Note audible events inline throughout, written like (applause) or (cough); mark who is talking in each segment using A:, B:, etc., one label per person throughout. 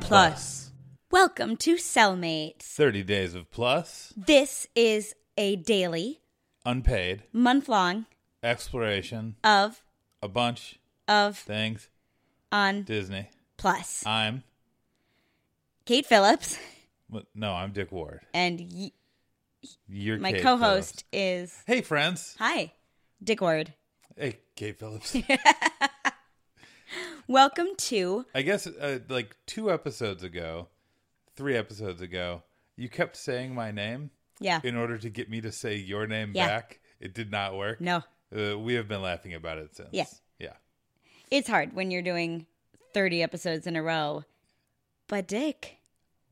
A: Plus.
B: Welcome to Cellmates.
A: 30 days of plus,
B: This is a daily,
A: unpaid,
B: month long
A: exploration,
B: of,
A: a bunch
B: of,
A: things,
B: on,
A: Disney.
B: plus.
A: I'm,
B: Kate Phillips
A: well, no, I'm Dick Ward.
B: and y-
A: You're
B: my
A: Kate
B: co host is,
A: Phillips. Hey, friends.
B: hi, Dick Ward.
A: Hey, Kate
B: (laughs)
A: Phillips.
B: Welcome to,
A: I guess uh, like two episodes ago, three episodes ago, you kept saying my name
B: yeah,
A: in order to get me to say your name
B: Yeah.
A: back. It did not work.
B: no,
A: Uh, we have been laughing about it since.
B: Yeah.
A: Yeah.
B: it's hard when you're doing 30 episodes in a row. But, Dick,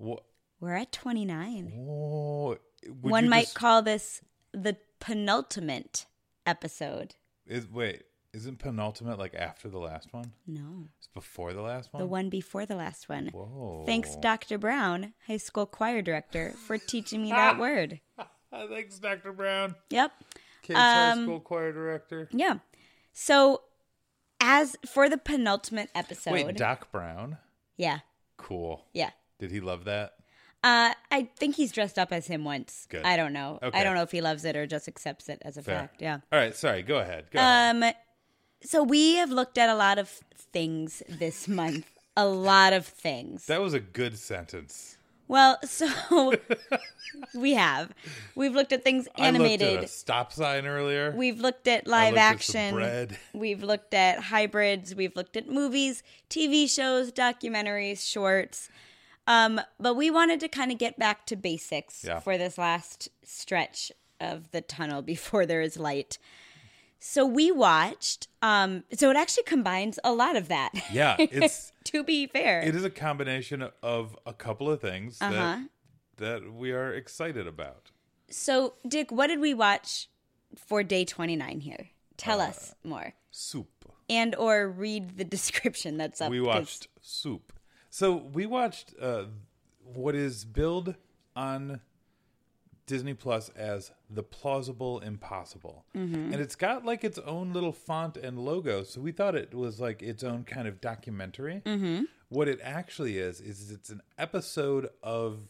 A: Wha-
B: we're at 29.
A: Oh, would
B: One
A: you
B: might
A: just-
B: call this the penultimate episode.
A: Is wait, isn't penultimate like after the last one?
B: No,
A: It's before the last one.
B: the one before the last one.
A: Whoa!
B: Thanks, Dr. Brown, high school choir director, for teaching
A: (laughs)
B: me that word.
A: Thanks, Doctor Brown,
B: Yep.
A: kids high
B: Um,
A: school choir director.
B: Yeah. So, as for the penultimate episode,
A: Wait, Doc Brown.
B: yeah,
A: Cool.
B: yeah.
A: Did he love that?
B: Uh, I think he's dressed up as him once.
A: Good.
B: I don't know.
A: Okay.
B: I don't know if he loves it or just accepts it as a
A: Fair.
B: fact. Yeah.
A: All right. Sorry. Go ahead. Go ahead.
B: Um, so we have looked at a lot of things this (laughs) month. A lot of things.
A: That was a good sentence.
B: Well, (laughs)
A: (laughs)
B: so we have. We've looked at things
A: I looked at
B: animated.
A: a stop sign earlier.
B: We've looked at
A: I
B: live
A: looked at some
B: action. (laughs)
A: bread.
B: We've looked at hybrids. We've looked at movies, TV shows, documentaries, shorts. Um, but we wanted to kind of get back to basics
A: Yeah.
B: for this last stretch of the tunnel (laughs) before there is light. So we watched. Um, so it actually combines a lot of that.
A: Yeah, it's
B: (laughs) to be fair,
A: it is a combination of a couple of things
B: Uh-huh.
A: that that we are excited about.
B: So, Dick, what did we watch for day 29 here? Tell
A: Uh,
B: us more.
A: Soup.
B: And or read the (laughs) description that's up.
A: we
B: 'cause-
A: watched soup so we watched uh, what is billed on disney plus as the plausible impossible
B: Mm-hmm.
A: and it's got like its own little font and logo so we thought it was like its own kind of documentary
B: Mm-hmm.
A: what it actually is is it's an episode of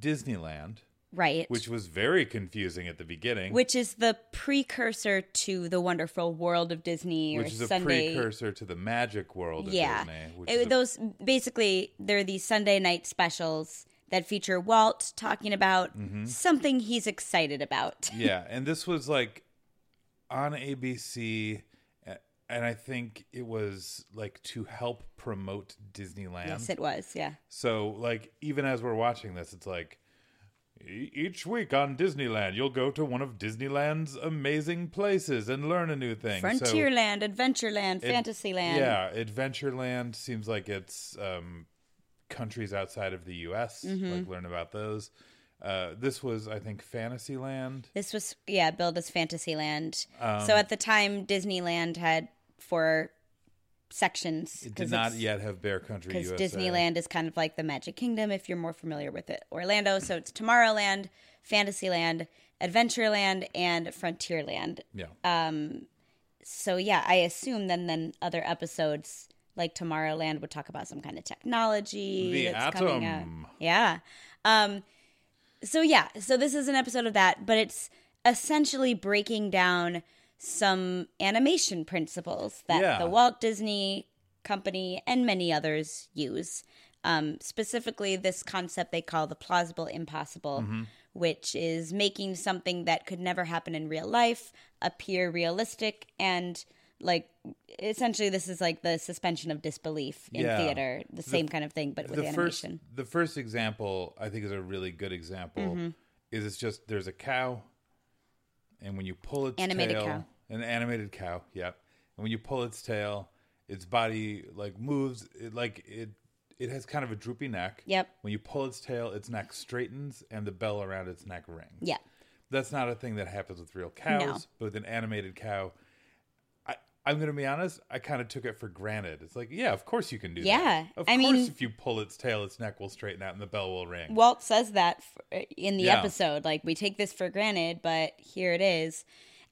A: disneyland
B: right.
A: which was very confusing at the beginning
B: which is the precursor to the wonderful world of Disney or
A: which is a
B: Sunday.
A: precursor to the magic world of
B: yeah.
A: disney which
B: It-
A: is a-
B: those basically they're these Sunday night specials that feature Walt talking about
A: Mm-hmm.
B: something he's excited about.
A: yeah and this was like on abc a- and i think it was like to help promote disneyland
B: Yes, it was. Yeah.
A: so like even as we're watching this it's like "E- each week on disneyland you'll go to one of disneyland's amazing places and learn a new thing so,
B: Frontierland, Adventureland,
A: Ad-
B: Fantasyland.
A: Yeah, Adventureland seems like it's um, countries outside of the U.S.
B: Mm-hmm.
A: Like learn about those. Uh, this was, I think, Fantasyland.
B: This was yeah, billed as Fantasyland.
A: Um,
B: so at the time, Disneyland had four sections.
A: It
B: 'cause
A: did not
B: it's-
A: yet have Bear Country
B: because
A: USA.
B: Disneyland is kind of like the Magic Kingdom if you're more familiar with it. Orlando, so it's Tomorrowland, Fantasyland, Adventureland, and Frontierland.
A: Yeah.
B: uh, So yeah, I assume then then other episodes like Tomorrowland would talk about some kind of technology
A: The
B: that's coming out.
A: Atom.
B: Yeah. Um so yeah, so this is an episode of that, but it's essentially breaking down some animation principles that
A: Yeah.
B: the Walt Disney Company and many others use. Um, specifically, this concept they call the plausible impossible,
A: Mm-hmm.
B: which is making something that could never happen in real life appear realistic and like essentially this is like the suspension of disbelief in
A: Yeah.
B: theater the, same kind of thing but with
A: the first
B: animation
A: the first example I think is a really good example
B: Mm-hmm.
A: is it's just there's a cow and when you pull its
B: Animated
A: tail
B: cow.
A: an animated cow, yep. And when you pull its tail, its body like moves it, like it it has kind of a droopy neck.
B: Yep.
A: When you pull its tail, its neck straightens and the bell around its neck rings.
B: yeah
A: That's not a thing that happens with real cows, but with an animated cow, I, I'm going to be honest, I kind of took it for granted. It's like, yeah, of course you can do
B: Yeah,
A: that. Of
B: I
A: course,
B: mean-
A: if you pull its tail, its neck will straighten out and the bell will ring.
B: Walt says that f- uh, in the
A: Yeah.
B: episode. Like, we take this for granted, but here it is.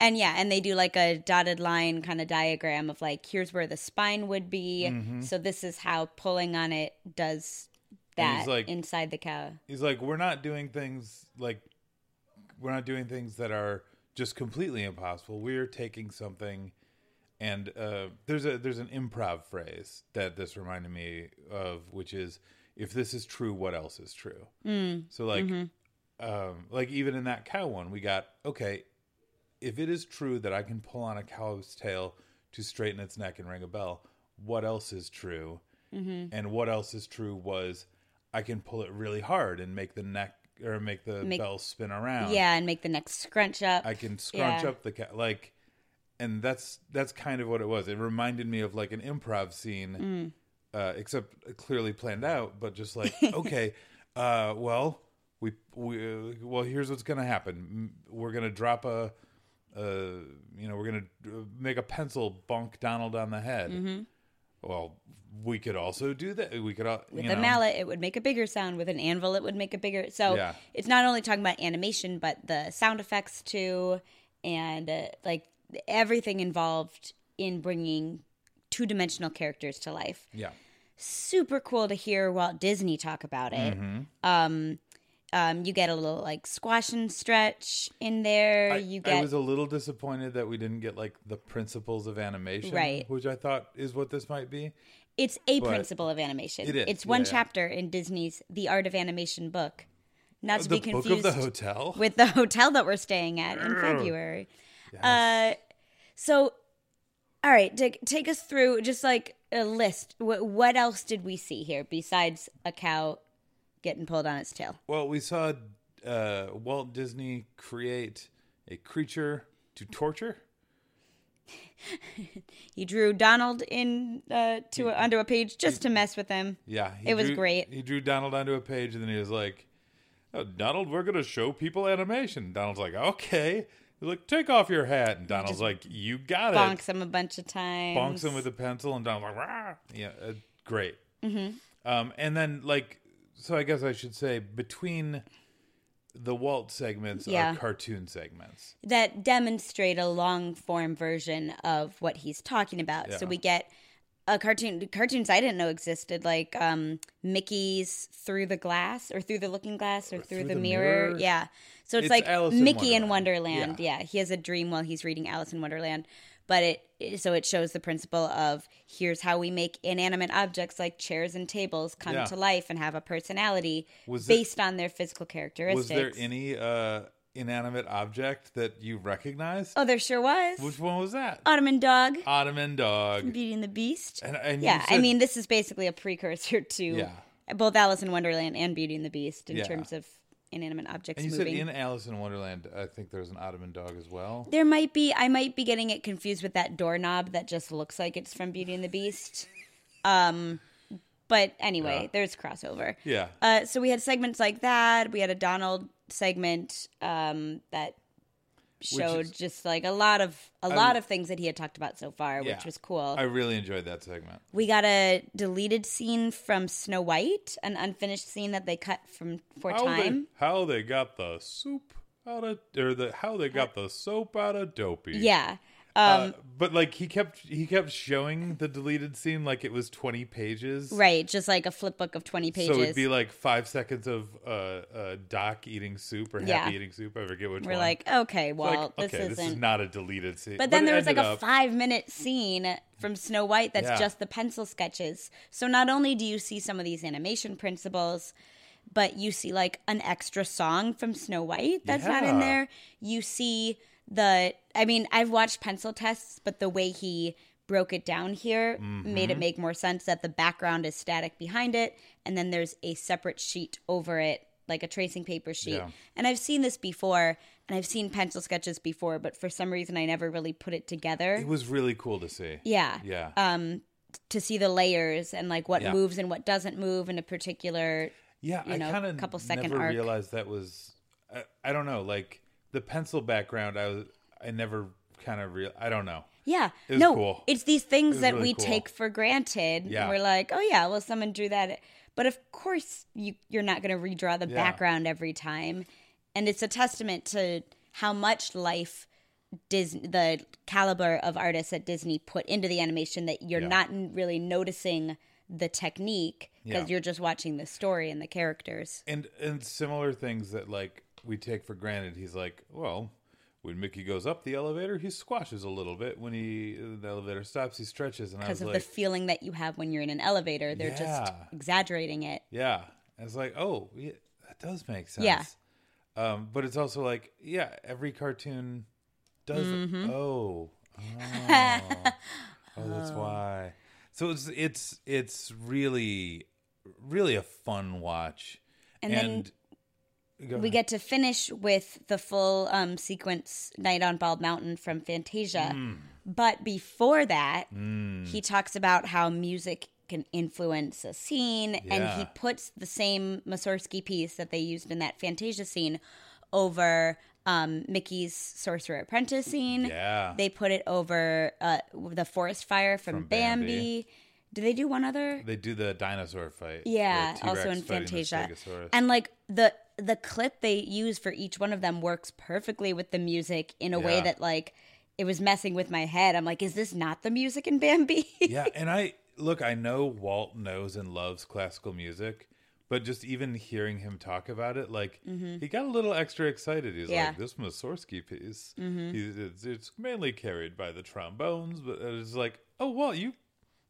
B: And yeah, and they do like a dotted line kind of
A: Mm-hmm.
B: diagram of like, here's where the spine would be. So, this is how pulling on it does
A: And
B: that
A: he's like-
B: inside the cow.
A: He's like, we're not doing things like we're not doing things that are just completely impossible. We're taking something, and uh, there's a there's an improv phrase that this reminded me of, which is, if this is true, what else is true?
B: Mm.
A: So like, um, like even in that cow one, we got okay. If it is true that I can pull on a cow's tail to straighten its neck and ring a bell, what else is true? And what else is true was I can pull it really hard and make the neck or make the
B: Make-
A: bell spin around.
B: Yeah, and make the neck scrunch up.
A: Oh. I can scrunch
B: Yeah.
A: up the cat like and that's that's kind of what it was. It reminded me of like an improv
B: Mm.
A: scene uh except clearly planned out but
B: (laughs)
A: just like okay, uh well, we we uh, well here's what's going to happen. M- We're going to drop a uh you know, we're going to make a pencil bonk Donald on the head.
B: Mm-hmm.
A: Well, we could also do that. We could all
B: with
A: you
B: a
A: know.
B: mallet it would make a bigger sound with an anvil it would make a bigger so
A: Yeah.
B: it's not only talking about animation but the sound effects too and uh, like everything involved in bringing two-dimensional characters to life
A: Yeah.
B: super cool to hear walt disney talk about it
A: Mm-hmm.
B: um, um, you get a little like squash and stretch in there
A: I,
B: you
A: I
B: get
A: was a little disappointed that we didn't get like the principles of animation,
B: Right.
A: Which I thought is what this might be.
B: It's a
A: But-
B: principle of animation.
A: It is,
B: It's one
A: yeah, yeah.
B: chapter in Disney's The Art of Animation book. Not to
A: Uh, the
B: be
A: book
B: confused
A: of the hotel.
B: with the (laughs) hotel that we're staying at in February. Uh, so, all right, Dick, take us through just like a list. What, what else did we see here besides a cow getting pulled on its tail?
A: well, we saw uh, Walt Disney create a creature to torture.
B: He drew Donald in uh, to onto a page just to mess with him.
A: Yeah, he
B: It was
A: drew-
B: great.
A: He drew Donald onto a page, and then he was like, oh, "Donald, we're gonna show people animation." Donald's like, "Okay." He's like, "Take off your hat," and Donald's like, "You got it."
B: Bonks him a bunch of times.
A: bonks him with a pencil and Donald's like, Rah! yeah, uh, great. Mm-hmm. Um, and then like, so I guess I should say between the Walt segments
B: Yeah.
A: are cartoon segments.
B: that demonstrate a long form version of what he's talking about. So
A: Yeah.
B: we get a cartoon cartoons I didn't know existed, like um, Mickey's through the glass or through the looking glass or, through, the, mirror.
A: mirror.
B: Yeah. So it's,
A: It's
B: like
A: Alice in
B: Mickey in
A: Wonderland.
B: Wonderland. Yeah. He has a dream while he's reading Alice in Wonderland. But it so it shows the principle of here's how we make inanimate objects like chairs and tables come
A: Yeah.
B: to life and have a personality
A: Was there-
B: based on their physical characteristics.
A: Was there any uh, inanimate object that you recognized?
B: Oh, there sure was.
A: Which one was that?
B: Ottoman dog.
A: Ottoman dog.
B: Beauty and the Beast.
A: And, and you
B: yeah, I
A: said-
B: mean, this is basically a precursor to
A: Yeah.
B: both Alice in Wonderland and Beauty and the Beast in
A: Yeah.
B: terms of inanimate objects
A: and you
B: moving. Uh,
A: said in Alice in Wonderland, I think there's an Ottoman dog as well.
B: there might be, I might be getting it confused with that doorknob that just looks like it's from Beauty and the Beast. Um, but anyway,
A: Yeah.
B: there's crossover.
A: Yeah.
B: Uh, so we had segments like that. We had a Donald segment um, that showed
A: is-
B: just like a lot of a lot of things that he had talked about so far,
A: Yeah.
B: which was cool.
A: I really enjoyed that segment.
B: We got a deleted scene from Snow White, an unfinished scene that they cut from for
A: How they,
B: time.
A: how they got the soup out of or the how they got the soap out of dopey.
B: Yeah. um,
A: Uh, but like he kept he kept showing the deleted scene like it was 20 pages
B: Right, just like a flip book of 20 pages.
A: so it'd be like five seconds of uh, uh doc eating soup or happy
B: Yeah.
A: eating soup i forget which
B: We're
A: one
B: like, okay,
A: It's like,
B: well, this
A: okay
B: isn't.
A: this is not a deleted scene
B: but then
A: it
B: there was like
A: ended
B: a
A: up-
B: five minute scene from Snow White that's
A: Yeah.
B: just the pencil sketches. So not only do you see some of these animation principles, but you see like an extra song from Snow White that's not in
A: Yeah.
B: there. You see the, I mean, I've watched pencil tests, but the way he broke it down here made it
A: Mm-hmm.
B: make more sense that the background is static behind it, and then there's a separate sheet over it. Like a tracing paper sheet.
A: Yeah.
B: And I've seen this before, and I've seen pencil sketches before, but for some reason I never really put it together.
A: it was really cool to see
B: yeah. Um,
A: yeah
B: To see the layers and like what
A: Yeah.
B: moves and what doesn't move in a particular.
A: yeah
B: you
A: i
B: know,
A: kind of
B: couple
A: never
B: second arc.
A: realized that was I, I don't know like the pencil background i was i never kind of real i don't know
B: Yeah.
A: was
B: no,
A: cool.
B: it's these things that
A: really
B: we
A: cool.
B: take for granted.
A: Yeah.
B: And we're like, oh, yeah, well, someone drew that. But of course, you, you're not going to redraw the
A: Yeah.
B: background every time. And it's a testament to how much life. Disney, the caliber of artists at Disney put into the animation that you're
A: Yeah.
B: not n- really noticing the technique
A: Yeah.
B: because you're just watching the story and the characters.
A: and and similar things that like we take for granted. He's like, well, when Mickey goes up the elevator, he squashes a little bit. When he the elevator stops, he stretches, and I
B: Because of
A: was like,
B: the feeling that you have when you're in an elevator, they're just
A: Yeah.
B: exaggerating it.
A: yeah, and it's like, oh, yeah, that does make sense.
B: Yeah.
A: Um, but it's also like, yeah, every cartoon does.
B: Mm-hmm.
A: Oh,
B: (laughs)
A: oh, oh, that's why. So it's it's it's really really a fun watch,
B: And then
A: Go
B: we
A: ahead.
B: get to finish with the full um, sequence night on bald mountain from fantasia
A: Hmm.
B: but before that he talks about how music can influence a scene and he
A: Yeah.
B: puts the same Mussorgsky piece that they used in that fantasia scene over um, mickey's sorcerer apprentice scene
A: yeah.
B: they put it over uh, the forest fire from,
A: From
B: bambi.
A: Bambi.
B: do they do one other
A: They do the dinosaur fight.
B: yeah,
A: the T-Rex
B: also in
A: fighting the
B: Fantasia.
A: Stegosaurus.
B: And like the the clip they use for each one of them works perfectly with the music in a way
A: Yeah.
B: that like it was messing with my head. I'm like, is this not the music in Bambi? (laughs)
A: yeah, and I look, I know Walt knows and loves classical music, but just even hearing him talk about it, like he got a little extra excited. He's
B: Mm-hmm. Yeah. Mm-hmm.
A: like, "This Mussorgsky piece, he's, it's, it's mainly carried by the trombones," but it's like, "Oh, Walt, you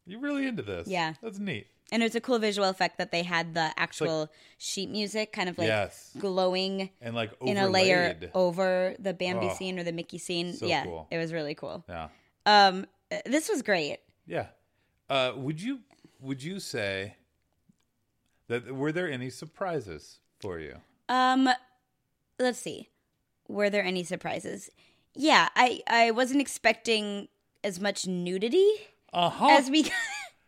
A: you really into this?
B: Yeah.
A: that's neat.
B: and it's a cool visual effect that they had the actual sheet music kind of like
A: Yes.
B: glowing
A: And like
B: in
A: overlaid.
B: a layer over the Bambi
A: Oh,
B: scene or the Mickey scene.
A: so
B: yeah,
A: cool.
B: it was really cool.
A: yeah,
B: Um, uh, this was great.
A: yeah. Uh, would you would you say that were there any surprises for you?
B: Um, let's see. Were there any surprises? Yeah, I I wasn't expecting as much nudity
A: Uh huh.
B: as we. (laughs)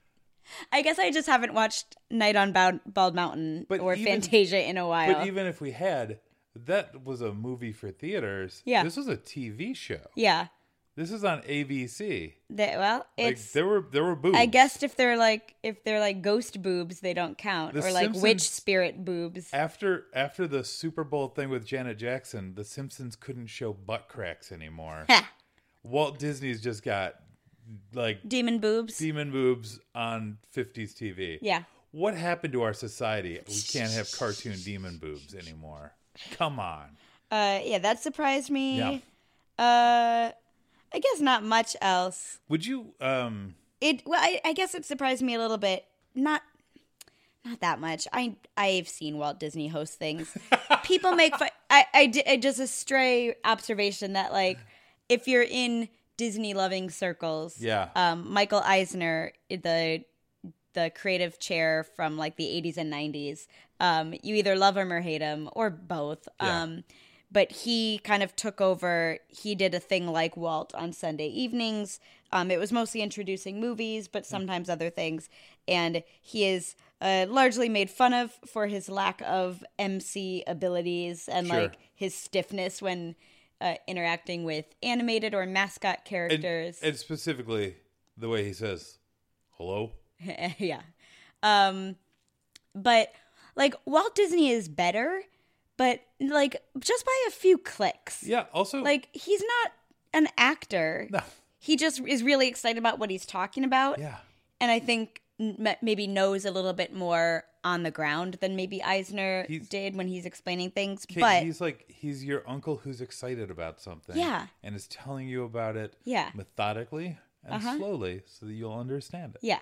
B: I guess I just haven't watched Night on Bald, Bald Mountain
A: But
B: or
A: even-
B: Fantasia in a while.
A: But even if we had, that was a movie for theaters.
B: Yeah.
A: This was a TV show.
B: yeah.
A: This is on ABC.
B: That, well,
A: Like
B: it's.
A: there were there were boobs.
B: I guess if they're like if they're like ghost boobs, they don't count,
A: The
B: or like witch
A: Simpsons-
B: spirit boobs. (laughs)
A: after after the Super Bowl thing with Janet Jackson, the Simpsons couldn't show butt
B: (laughs)
A: cracks anymore. Walt Disney's just got like
B: Demon boobs.
A: demon boobs on 50s TV.
B: Yeah.
A: What happened to our society? We can't have cartoon demon boobs anymore. Come on.
B: uh, yeah, that surprised me.
A: Yeah.
B: Uh, I guess not much else.
A: Would you um
B: it well I, I guess it surprised me a little bit not not that much i i've seen walt disney host things people make fun i i di- I just a stray observation that like if you're in disney loving circles
A: yeah.
B: um michael eisner the the creative chair from like the 80s and 90s um you either love him or hate him or both
A: Yeah.
B: um but he kind of took over. He did a thing like Walt on Sunday evenings. Um, it was mostly introducing movies, but
A: Hmm.
B: sometimes other things. And he is uh, largely made fun of for his lack of MC abilities and
A: Sure.
B: like his stiffness when uh, interacting with animated or mascot
A: and,
B: characters.
A: and specifically the way he says hello
B: (laughs) yeah. Um but like Walt Disney is better, but like just by a few clicks.
A: yeah also
B: Like he's not an actor.
A: no
B: He just is really excited about what he's talking about
A: yeah
B: and I think m- maybe knows a little bit more on the ground than maybe Eisner
A: He's-
B: did when he's explaining things,
A: Kate,
B: but
A: he's like he's your uncle who's excited about something
B: Yeah.
A: and is telling you about it
B: Yeah. Uh-huh.
A: methodically and slowly so that you'll understand it
B: yeah.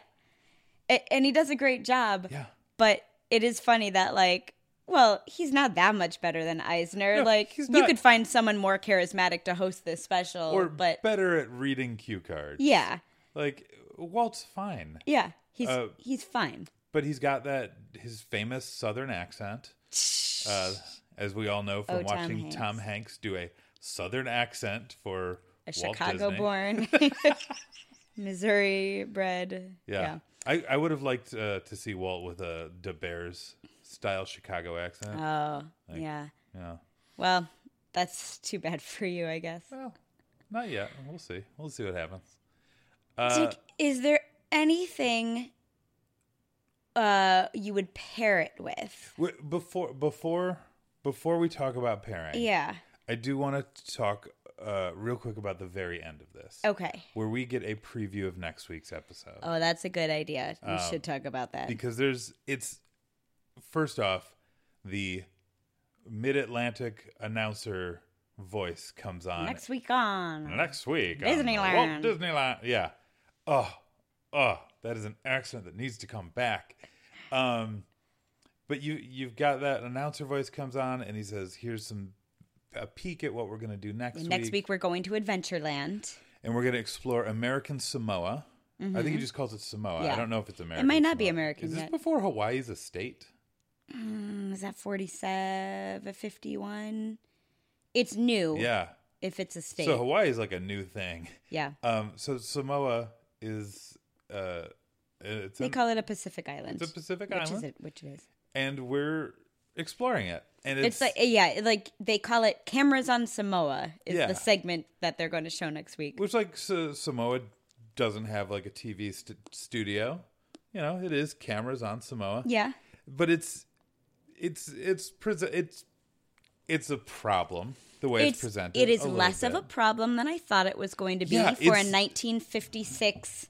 B: A- and he does a great job.
A: yeah
B: but it is funny that like well he's not that much better than eisner
A: No,
B: like
A: he's
B: you
A: not.
B: could find someone more charismatic to host this special
A: or
B: Oh, but
A: better at reading cue cards
B: yeah
A: like walt's fine
B: yeah he's
A: Uh,
B: he's fine
A: but he's got that his famous southern accent uh, as we all know from
B: Oh, Tom
A: watching
B: Hanks.
A: tom hanks do a southern accent for
B: a
A: Walt
B: chicago
A: Disney. (laughs)
B: born (laughs) missouri bred
A: Yeah. I, I would have liked uh, to see Walt with a De Beers style Chicago accent.
B: oh yeah
A: yeah.
B: well that's too bad for you i guess
A: Well, not yet. We'll see. We'll see what happens. Uh,
B: Dick, is there anything uh you would pair it with
A: W- Before before before we talk about pairing,
B: yeah
A: I do want to talk uh, real quick about the very end of this,
B: Okay.
A: where we get a preview of next week's episode
B: Oh, that's a good idea. We
A: Oh.
B: should talk about that.
A: because there's it's first off the Mid Atlantic announcer voice comes on
B: Next week on.
A: next week on
B: Disneyland.
A: Walt Disneyland. Yeah. Oh, oh, that is an accent that needs to come back. Um, but you you've got that announcer voice comes on and he says, "Here's some a peek at what we're gonna do next
B: Next week we're going to Adventureland.
A: and we're gonna explore American Samoa." I think he just calls it Samoa. I
B: Mm-hmm. Yeah.
A: don't know if it's American.
B: might not be
A: Samoa.
B: American
A: Is this
B: yet.
A: before Hawaii is a state?
B: Mm, Is that 47, 51? It's new
A: Yeah.
B: if it's a state.
A: So Hawaii is like a new thing.
B: yeah.
A: Um, so Samoa is uh, it's
B: They
A: an,
B: call it a Pacific island.
A: um, it's a Pacific
B: which
A: island.
B: Is it, which it is.
A: and we're exploring it. And
B: It's,
A: it's,
B: like, yeah, like they call it Cameras on Samoa is
A: Yeah.
B: the segment that they're going to show next week.
A: which like S- Samoa doesn't have like a TV st- studio. You know, it is cameras on Samoa,
B: Yeah.
A: but it's it's it's pres it's it's a problem the way it's, presented.
B: It is
A: a little
B: less of
A: bit.
B: a problem than I thought it was going to be
A: Yeah,
B: for a
A: it's-
B: 1956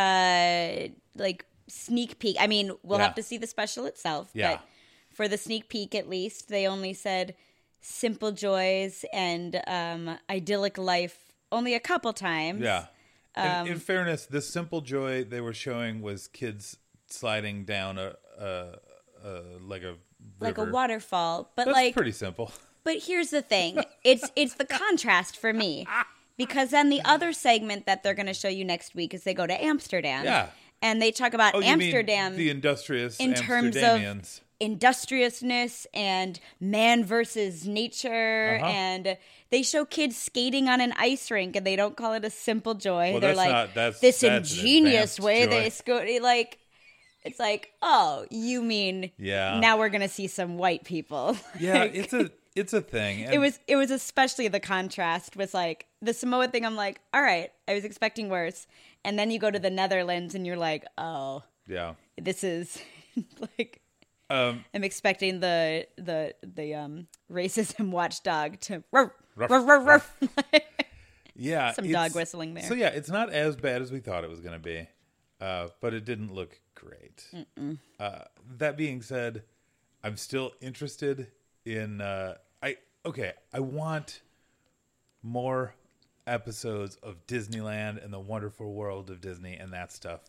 B: uh like sneak peek. I mean, we'll
A: Yeah.
B: have to see the special itself,
A: Yeah.
B: but for the sneak peek at least, they only said simple joys and um idyllic life only a couple times.
A: yeah. And
B: Um,
A: in fairness, the simple joy they were showing was kids sliding down a, a, a like a river.
B: Like a waterfall, but
A: That's
B: like
A: pretty simple.
B: But here's the thing. It's it's the contrast for me. Because then the other segment that they're going to show you next week is they go to Amsterdam.
A: Yeah.
B: And they talk about
A: Oh, you mean
B: Amsterdam
A: the industrious
B: in terms of-
A: Amsterdamians.
B: industriousness and man versus nature
A: Uh-huh.
B: and they show kids skating on an ice rink and they don't call it a simple joy.
A: Well,
B: They're
A: that's
B: like
A: not- that's-
B: this
A: that's an
B: ingenious
A: advanced
B: way
A: joy."
B: they skate like it's like, "Oh, you mean
A: Yeah.
B: now we're going to see some white people." (laughs)
A: yeah, it's a it's a thing.
B: it
A: and-
B: was it was especially the contrast with like the Samoa thing. I'm like, all right, I was expecting worse, and then you go to the Netherlands and you're like, oh,
A: yeah.
B: this is (laughs) like
A: Um,
B: I'm expecting the the the um racism (laughs) watchdog to ruff,
A: Ruff,
B: ruff, ruff, ruff.
A: Yeah,
B: Some
A: it's-
B: dog whistling there.
A: So yeah, it's not as bad as we thought it was going to be, uh, but it didn't look great. Uh, that being said, I'm still interested in. Uh, I okay, I want more episodes of Disneyland and the Wonderful World of Disney and that stuff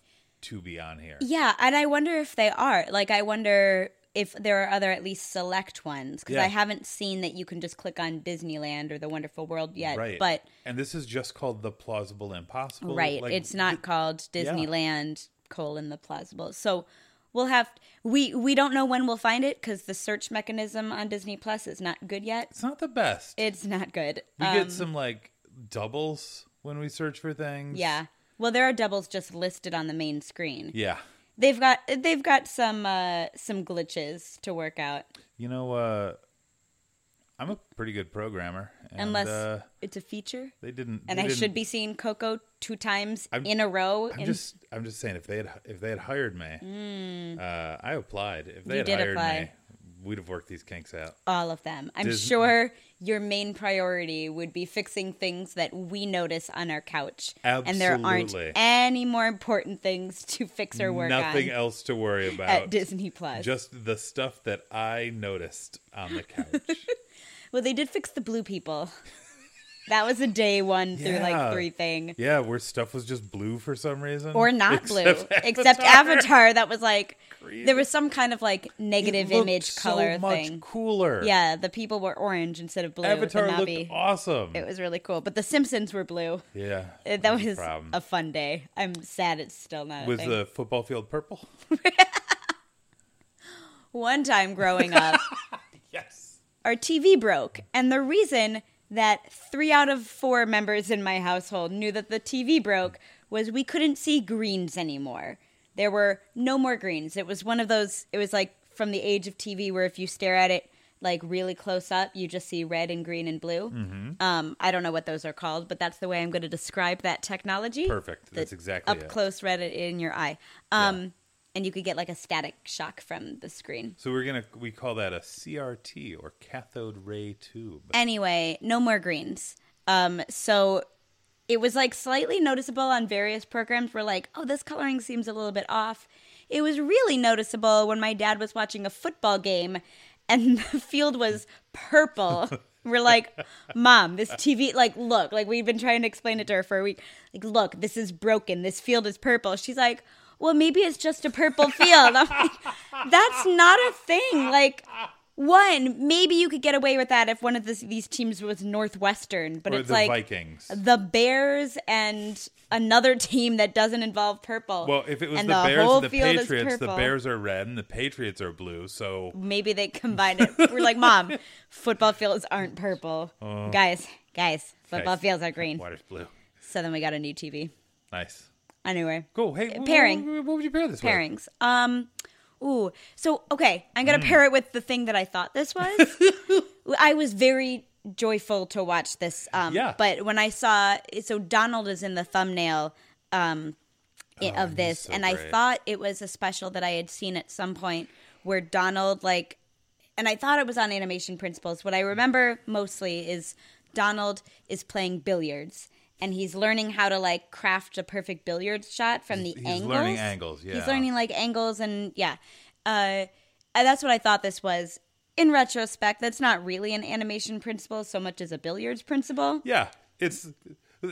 A: to be on here.
B: yeah, and I wonder if they are like I wonder. If there are other at least select ones, because
A: Yeah.
B: I haven't seen that you can just click on Disneyland or the Wonderful World yet.
A: Right,
B: But
A: and this is just called the plausible impossible.
B: right
A: Like,
B: it's not called disneyland colon the plausible so we'll have we we don't know when we'll find it because the search mechanism on disney plus is not good yet
A: It's not the best.
B: it's not good
A: we
B: Um,
A: get some like doubles when we search for things.
B: yeah well there are doubles just listed on the main screen
A: Yeah.
B: they've got they've got some uh some glitches to work out
A: You know, uh, I'm a pretty good programmer. And,
B: unless
A: uh,
B: it's a feature
A: they didn't,
B: and
A: they
B: i
A: didn't-
B: should be seeing coco two times
A: I'm-
B: in a row
A: I'm
B: in
A: just, I'm just saying, if they had, if they had hired me, uh, I applied. If they
B: Mm. You
A: had
B: did
A: hired me,
B: apply.
A: we'd have worked these kinks out.
B: all of them. I'm
A: Disney-
B: sure your main priority would be fixing things that we notice on our couch. And there aren't
A: Absolutely.
B: any more important things to fix or work
A: Nothing
B: on
A: else to worry
B: (laughs)
A: about.
B: at Disney Plus.
A: Just the stuff that I noticed on
B: (laughs)
A: the couch.
B: well, they did fix the blue people. (laughs) that was a day one through
A: Yeah.
B: like three thing.
A: yeah, where stuff was just blue for some reason,
B: Or not
A: (laughs) Except
B: blue,
A: Avatar.
B: except Avatar. That was like
A: Creepy.
B: there was some kind of like
A: It
B: negative
A: looked
B: image
A: so
B: color
A: much
B: thing.
A: Cooler.
B: Yeah, the people were orange instead of blue. with the
A: Avatar looked
B: knobby.
A: awesome.
B: It was really cool, but the Simpsons were blue.
A: yeah,
B: Uh,
A: no
B: That was
A: problem.
B: a fun day. I'm sad it's still not. a
A: Was
B: thing.
A: the football field purple? (laughs)
B: One time growing
A: (laughs)
B: up,
A: Yes.
B: our TV broke, and the reason that three out of four members in my household knew that the TV broke was we couldn't see greens anymore. There were no more greens. It was one of those. It was like from the age of TV where if you stare at it like really close up, you just see red and green and blue.
A: Mm-hmm.
B: Um, I don't know what those are called, but that's the way I'm going to describe that technology.
A: Perfect. That's
B: the
A: exactly
B: up
A: it.
B: close red in your eye. Um, and you could get like a static shock from the screen.
A: So we're gonna we call that a CRT or cathode ray tube.
B: Anyway, no more greens. Um, so it was like slightly noticeable on various programs where like, oh, this coloring seems a little bit off. It was really noticeable when my dad was watching a football game and (laughs) the field was
A: (laughs)
B: purple. We're like, Mom, this TV, like, look, like we've been trying to explain it to her for a week. Like, look, this is broken. This field is purple. She's like, Well, maybe it's just a purple field. I'm like, That's not a thing. Like, one, maybe you could get away with that if one of this, these teams was Northwestern, but
A: Or
B: it's
A: the
B: like
A: Vikings.
B: the Bears and another (laughs) team that doesn't involve purple.
A: Well, if it was
B: And
A: the, Bears
B: whole
A: and the
B: field is
A: Patriots, the
B: purple.
A: Bears are red and the Patriots are blue. So
B: maybe they combine it. We're like,
A: (laughs)
B: Mom, football fields aren't purple. guys, guys, football
A: Oh. Guys.
B: fields are green.
A: water's blue.
B: So then we got a new TV.
A: Nice.
B: Anyway,
A: Cool. Hey, wh- wh-
B: Pairing.
A: wh- What, would you pair this with?
B: pairings. Um, ooh. So okay, I'm
A: Mm.
B: gonna pair it with the thing that I thought this
A: (laughs)
B: was. I was very joyful to watch this. Um,
A: Yeah.
B: But when I saw so Donald is in the thumbnail. Um, i- of this,
A: Oh, so
B: and I
A: great.
B: thought it was a special that I had seen at some point where Donald like, and I thought it was on Animation Principles. What I remember mostly is Donald is playing billiards. And he's learning how to like craft a perfect billiard shot from the
A: He's
B: angles.
A: learning angles, yeah.
B: He's learning like angles and yeah. Uh, and that's what I thought this was. In retrospect, that's not really an animation principle so much as a billiards principle.
A: Yeah, it's. uh,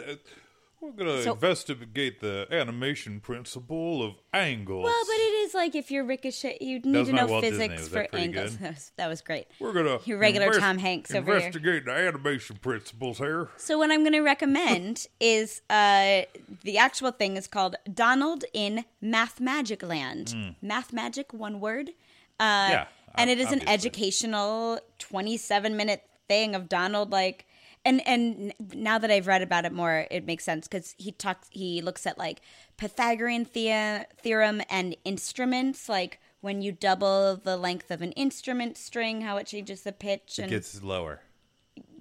A: We're gonna
B: So-
A: investigate the animation principle of angles.
B: Well, but it is like if you're ricochet, you need
A: was
B: to
A: my
B: know
A: Walt Disney.
B: physics
A: Was
B: for
A: that pretty
B: angles.
A: good?
B: That was, (laughs) that was great.
A: We're gonna
B: your regular
A: invest-
B: Tom Hanks over here.
A: investigate the animation principles here.
B: So what I'm going to recommend is uh, the actual thing is called Donald in Math Magic Land. Math Magic, one word. Uh,
A: Yeah,
B: and
A: Hmm.
B: it
A: ob-
B: is an
A: obviously.
B: educational 27 minute thing of Donald like and and now that I've read about it more it makes sense cuz he talks he looks at like Pythagorean thea- theorem and instruments like when you double the length of an instrument string how it changes the pitch and
A: Gets lower.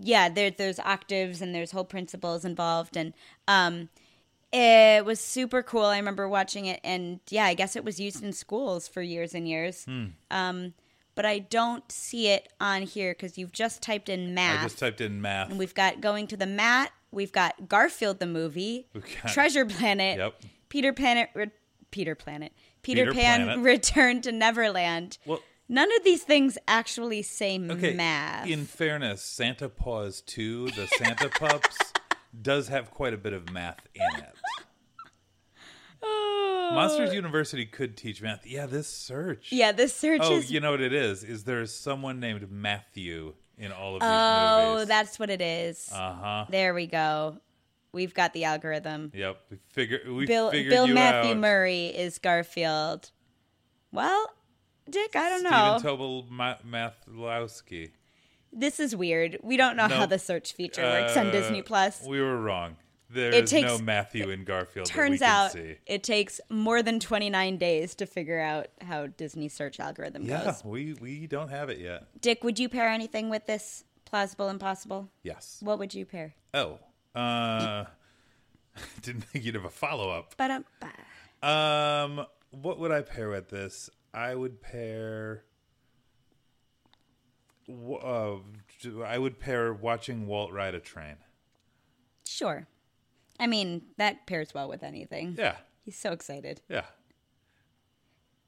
B: yeah, there, there's octaves and there's whole principles involved, and um, it was super cool. I remember watching it, and yeah, I guess it was used in schools for years and years.
A: Hmm.
B: Um, but I don't see it on here because you've just typed in math.
A: I just typed in math.
B: and we've got going to the mat. We've got Garfield the movie,
A: We've got-
B: Treasure Planet,
A: Yep.
B: Peter Planet, re- Peter Planet, Peter,
A: Peter
B: Pan,
A: Planet.
B: Return to Neverland.
A: Well-
B: None of these things actually say
A: Okay.
B: math.
A: In fairness, Santa Paws 2, the
B: (laughs)
A: Santa Pups, does have quite a bit of math in it. Monsters University could teach math. Yeah, this search.
B: Oh. Yeah, the search
A: Oh,
B: is.
A: you know what it is? Is there is someone named Matthew in all of these
B: oh,
A: movies?
B: that's what it is.
A: Uh huh.
B: there we go. We've got the algorithm.
A: Yep. We figure we
B: Bill
A: figured
B: Bill
A: you
B: Matthew
A: out.
B: Murray is Garfield. Well, Dick, I don't know.
A: Steven Tobel Ma- Mathlowski.
B: this is weird. We don't know how
A: Nope.
B: the search feature works on
A: Uh,
B: Disney Plus.
A: We were wrong. There
B: It
A: is
B: takes-
A: no Matthew in Garfield. that we
B: Turns
A: can
B: out
A: see.
B: it takes more than 29 days to figure out how Disney search algorithm
A: Yeah,
B: goes.
A: we we don't have it yet.
B: Dick, would you pair anything with this plausible impossible?
A: Yes.
B: What would you pair?
A: Oh. Uh (laughs) didn't think you'd have a follow up.
B: Ba-dum-ba.
A: Um what would I pair with this? I would pair w- uh, I would pair watching Walt ride a train.
B: Sure. I mean, that pairs well with anything.
A: Yeah.
B: He's so excited.
A: Yeah.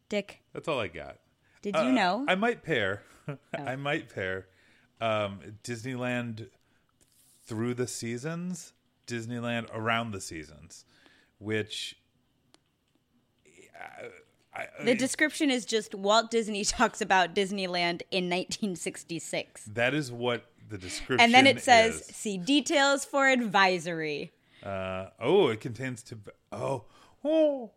B: Dick,
A: That's all I got.
B: did
A: Uh,
B: you know? Oh.
A: I might pair. (laughs) I might pair um, Disneyland through the seasons, Disneyland around the seasons, which
B: the description is just Walt Disney (laughs) talks about Disneyland in 1966.
A: that is what the description
B: And then it says,
A: is.
B: see details for advisory.
A: Uh, oh, it contains to oh oh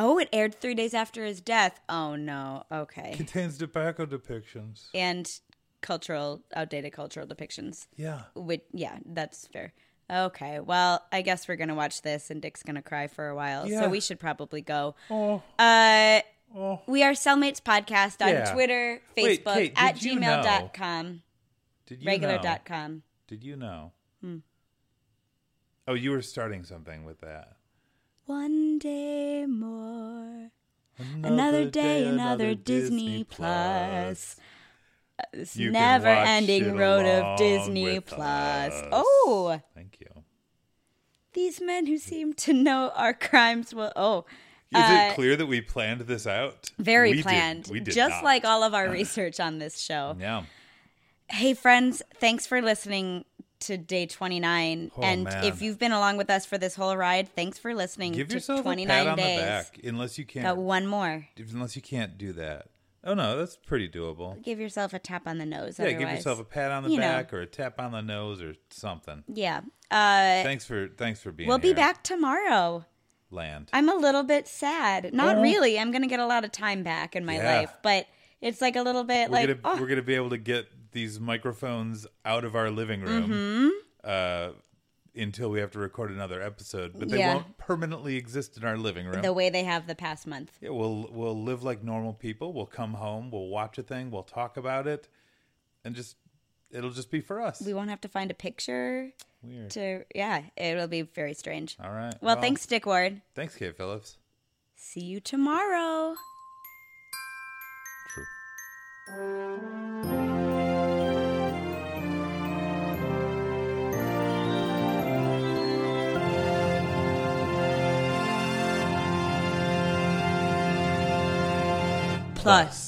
B: Oh, it aired three days after his death. Oh, no. Okay.
A: contains tobacco depictions.
B: And cultural, outdated cultural depictions.
A: Yeah,
B: Which, yeah, that's fair. Okay. Well, I guess we're going to watch this and Dick's going to cry for a while.
A: Yeah.
B: So we should probably go.
A: Oh,
B: Uh, We are Cellmates Podcast on
A: Yeah.
B: Twitter,
A: Wait,
B: Facebook,
A: Kate,
B: at
A: did you know-
B: gmail.com,
A: did you know?
B: regular.com.
A: Did you know?
B: Hmm.
A: Oh, you were starting something with that.
B: One day more. Another day, another Disney Plus. Uh, This
A: You can
B: never
A: watch
B: ending
A: it
B: road
A: along
B: of Disney
A: with
B: Plus.
A: us.
B: Oh,
A: Thank you.
B: these men who seem to know our crimes will. Oh,
A: Is
B: Uh,
A: it clear that we planned this out?
B: very
A: We didn't.
B: planned.
A: We did
B: just
A: not.
B: like all of
A: (laughs)
B: our research on this show.
A: Yeah.
B: Hey, friends, thanks for listening to day 29.
A: Oh,
B: and
A: man.
B: if you've been along with us for this whole ride, thanks for listening
A: Give
B: to
A: yourself a
B: 29
A: pat on
B: days.
A: the back, unless you can't.
B: Got one more.
A: unless you can't do that. Oh no, that's pretty doable.
B: Give yourself a tap on the nose.
A: Yeah,
B: otherwise.
A: give yourself a pat on the
B: you know.
A: back or a tap on the nose or something.
B: Yeah. Uh,
A: Thanks for thanks for being.
B: we'll be
A: here,
B: back tomorrow.
A: Land.
B: I'm a little bit sad. Not
A: Oh.
B: really. I'm going to get a lot of time back in my
A: Yeah.
B: life, but it's like a little bit
A: we're
B: like,
A: gonna
B: oh,
A: we're gonna be able to get these microphones out of our living room
B: Mm-hmm.
A: uh, until we have to record another episode, but they
B: Yeah.
A: won't permanently exist in our living room.
B: the way they have the past month.
A: yeah, we'll we'll live like normal people. We'll come home. We'll watch a thing. We'll talk about it, and just it'll just be for us.
B: We won't have to find a picture
A: Weird.
B: to, yeah, it'll be very strange.
A: All right.
B: Well, thanks, Dick Ward.
A: Thanks, Kate Phillips.
B: See you tomorrow.
A: True.
B: Plus.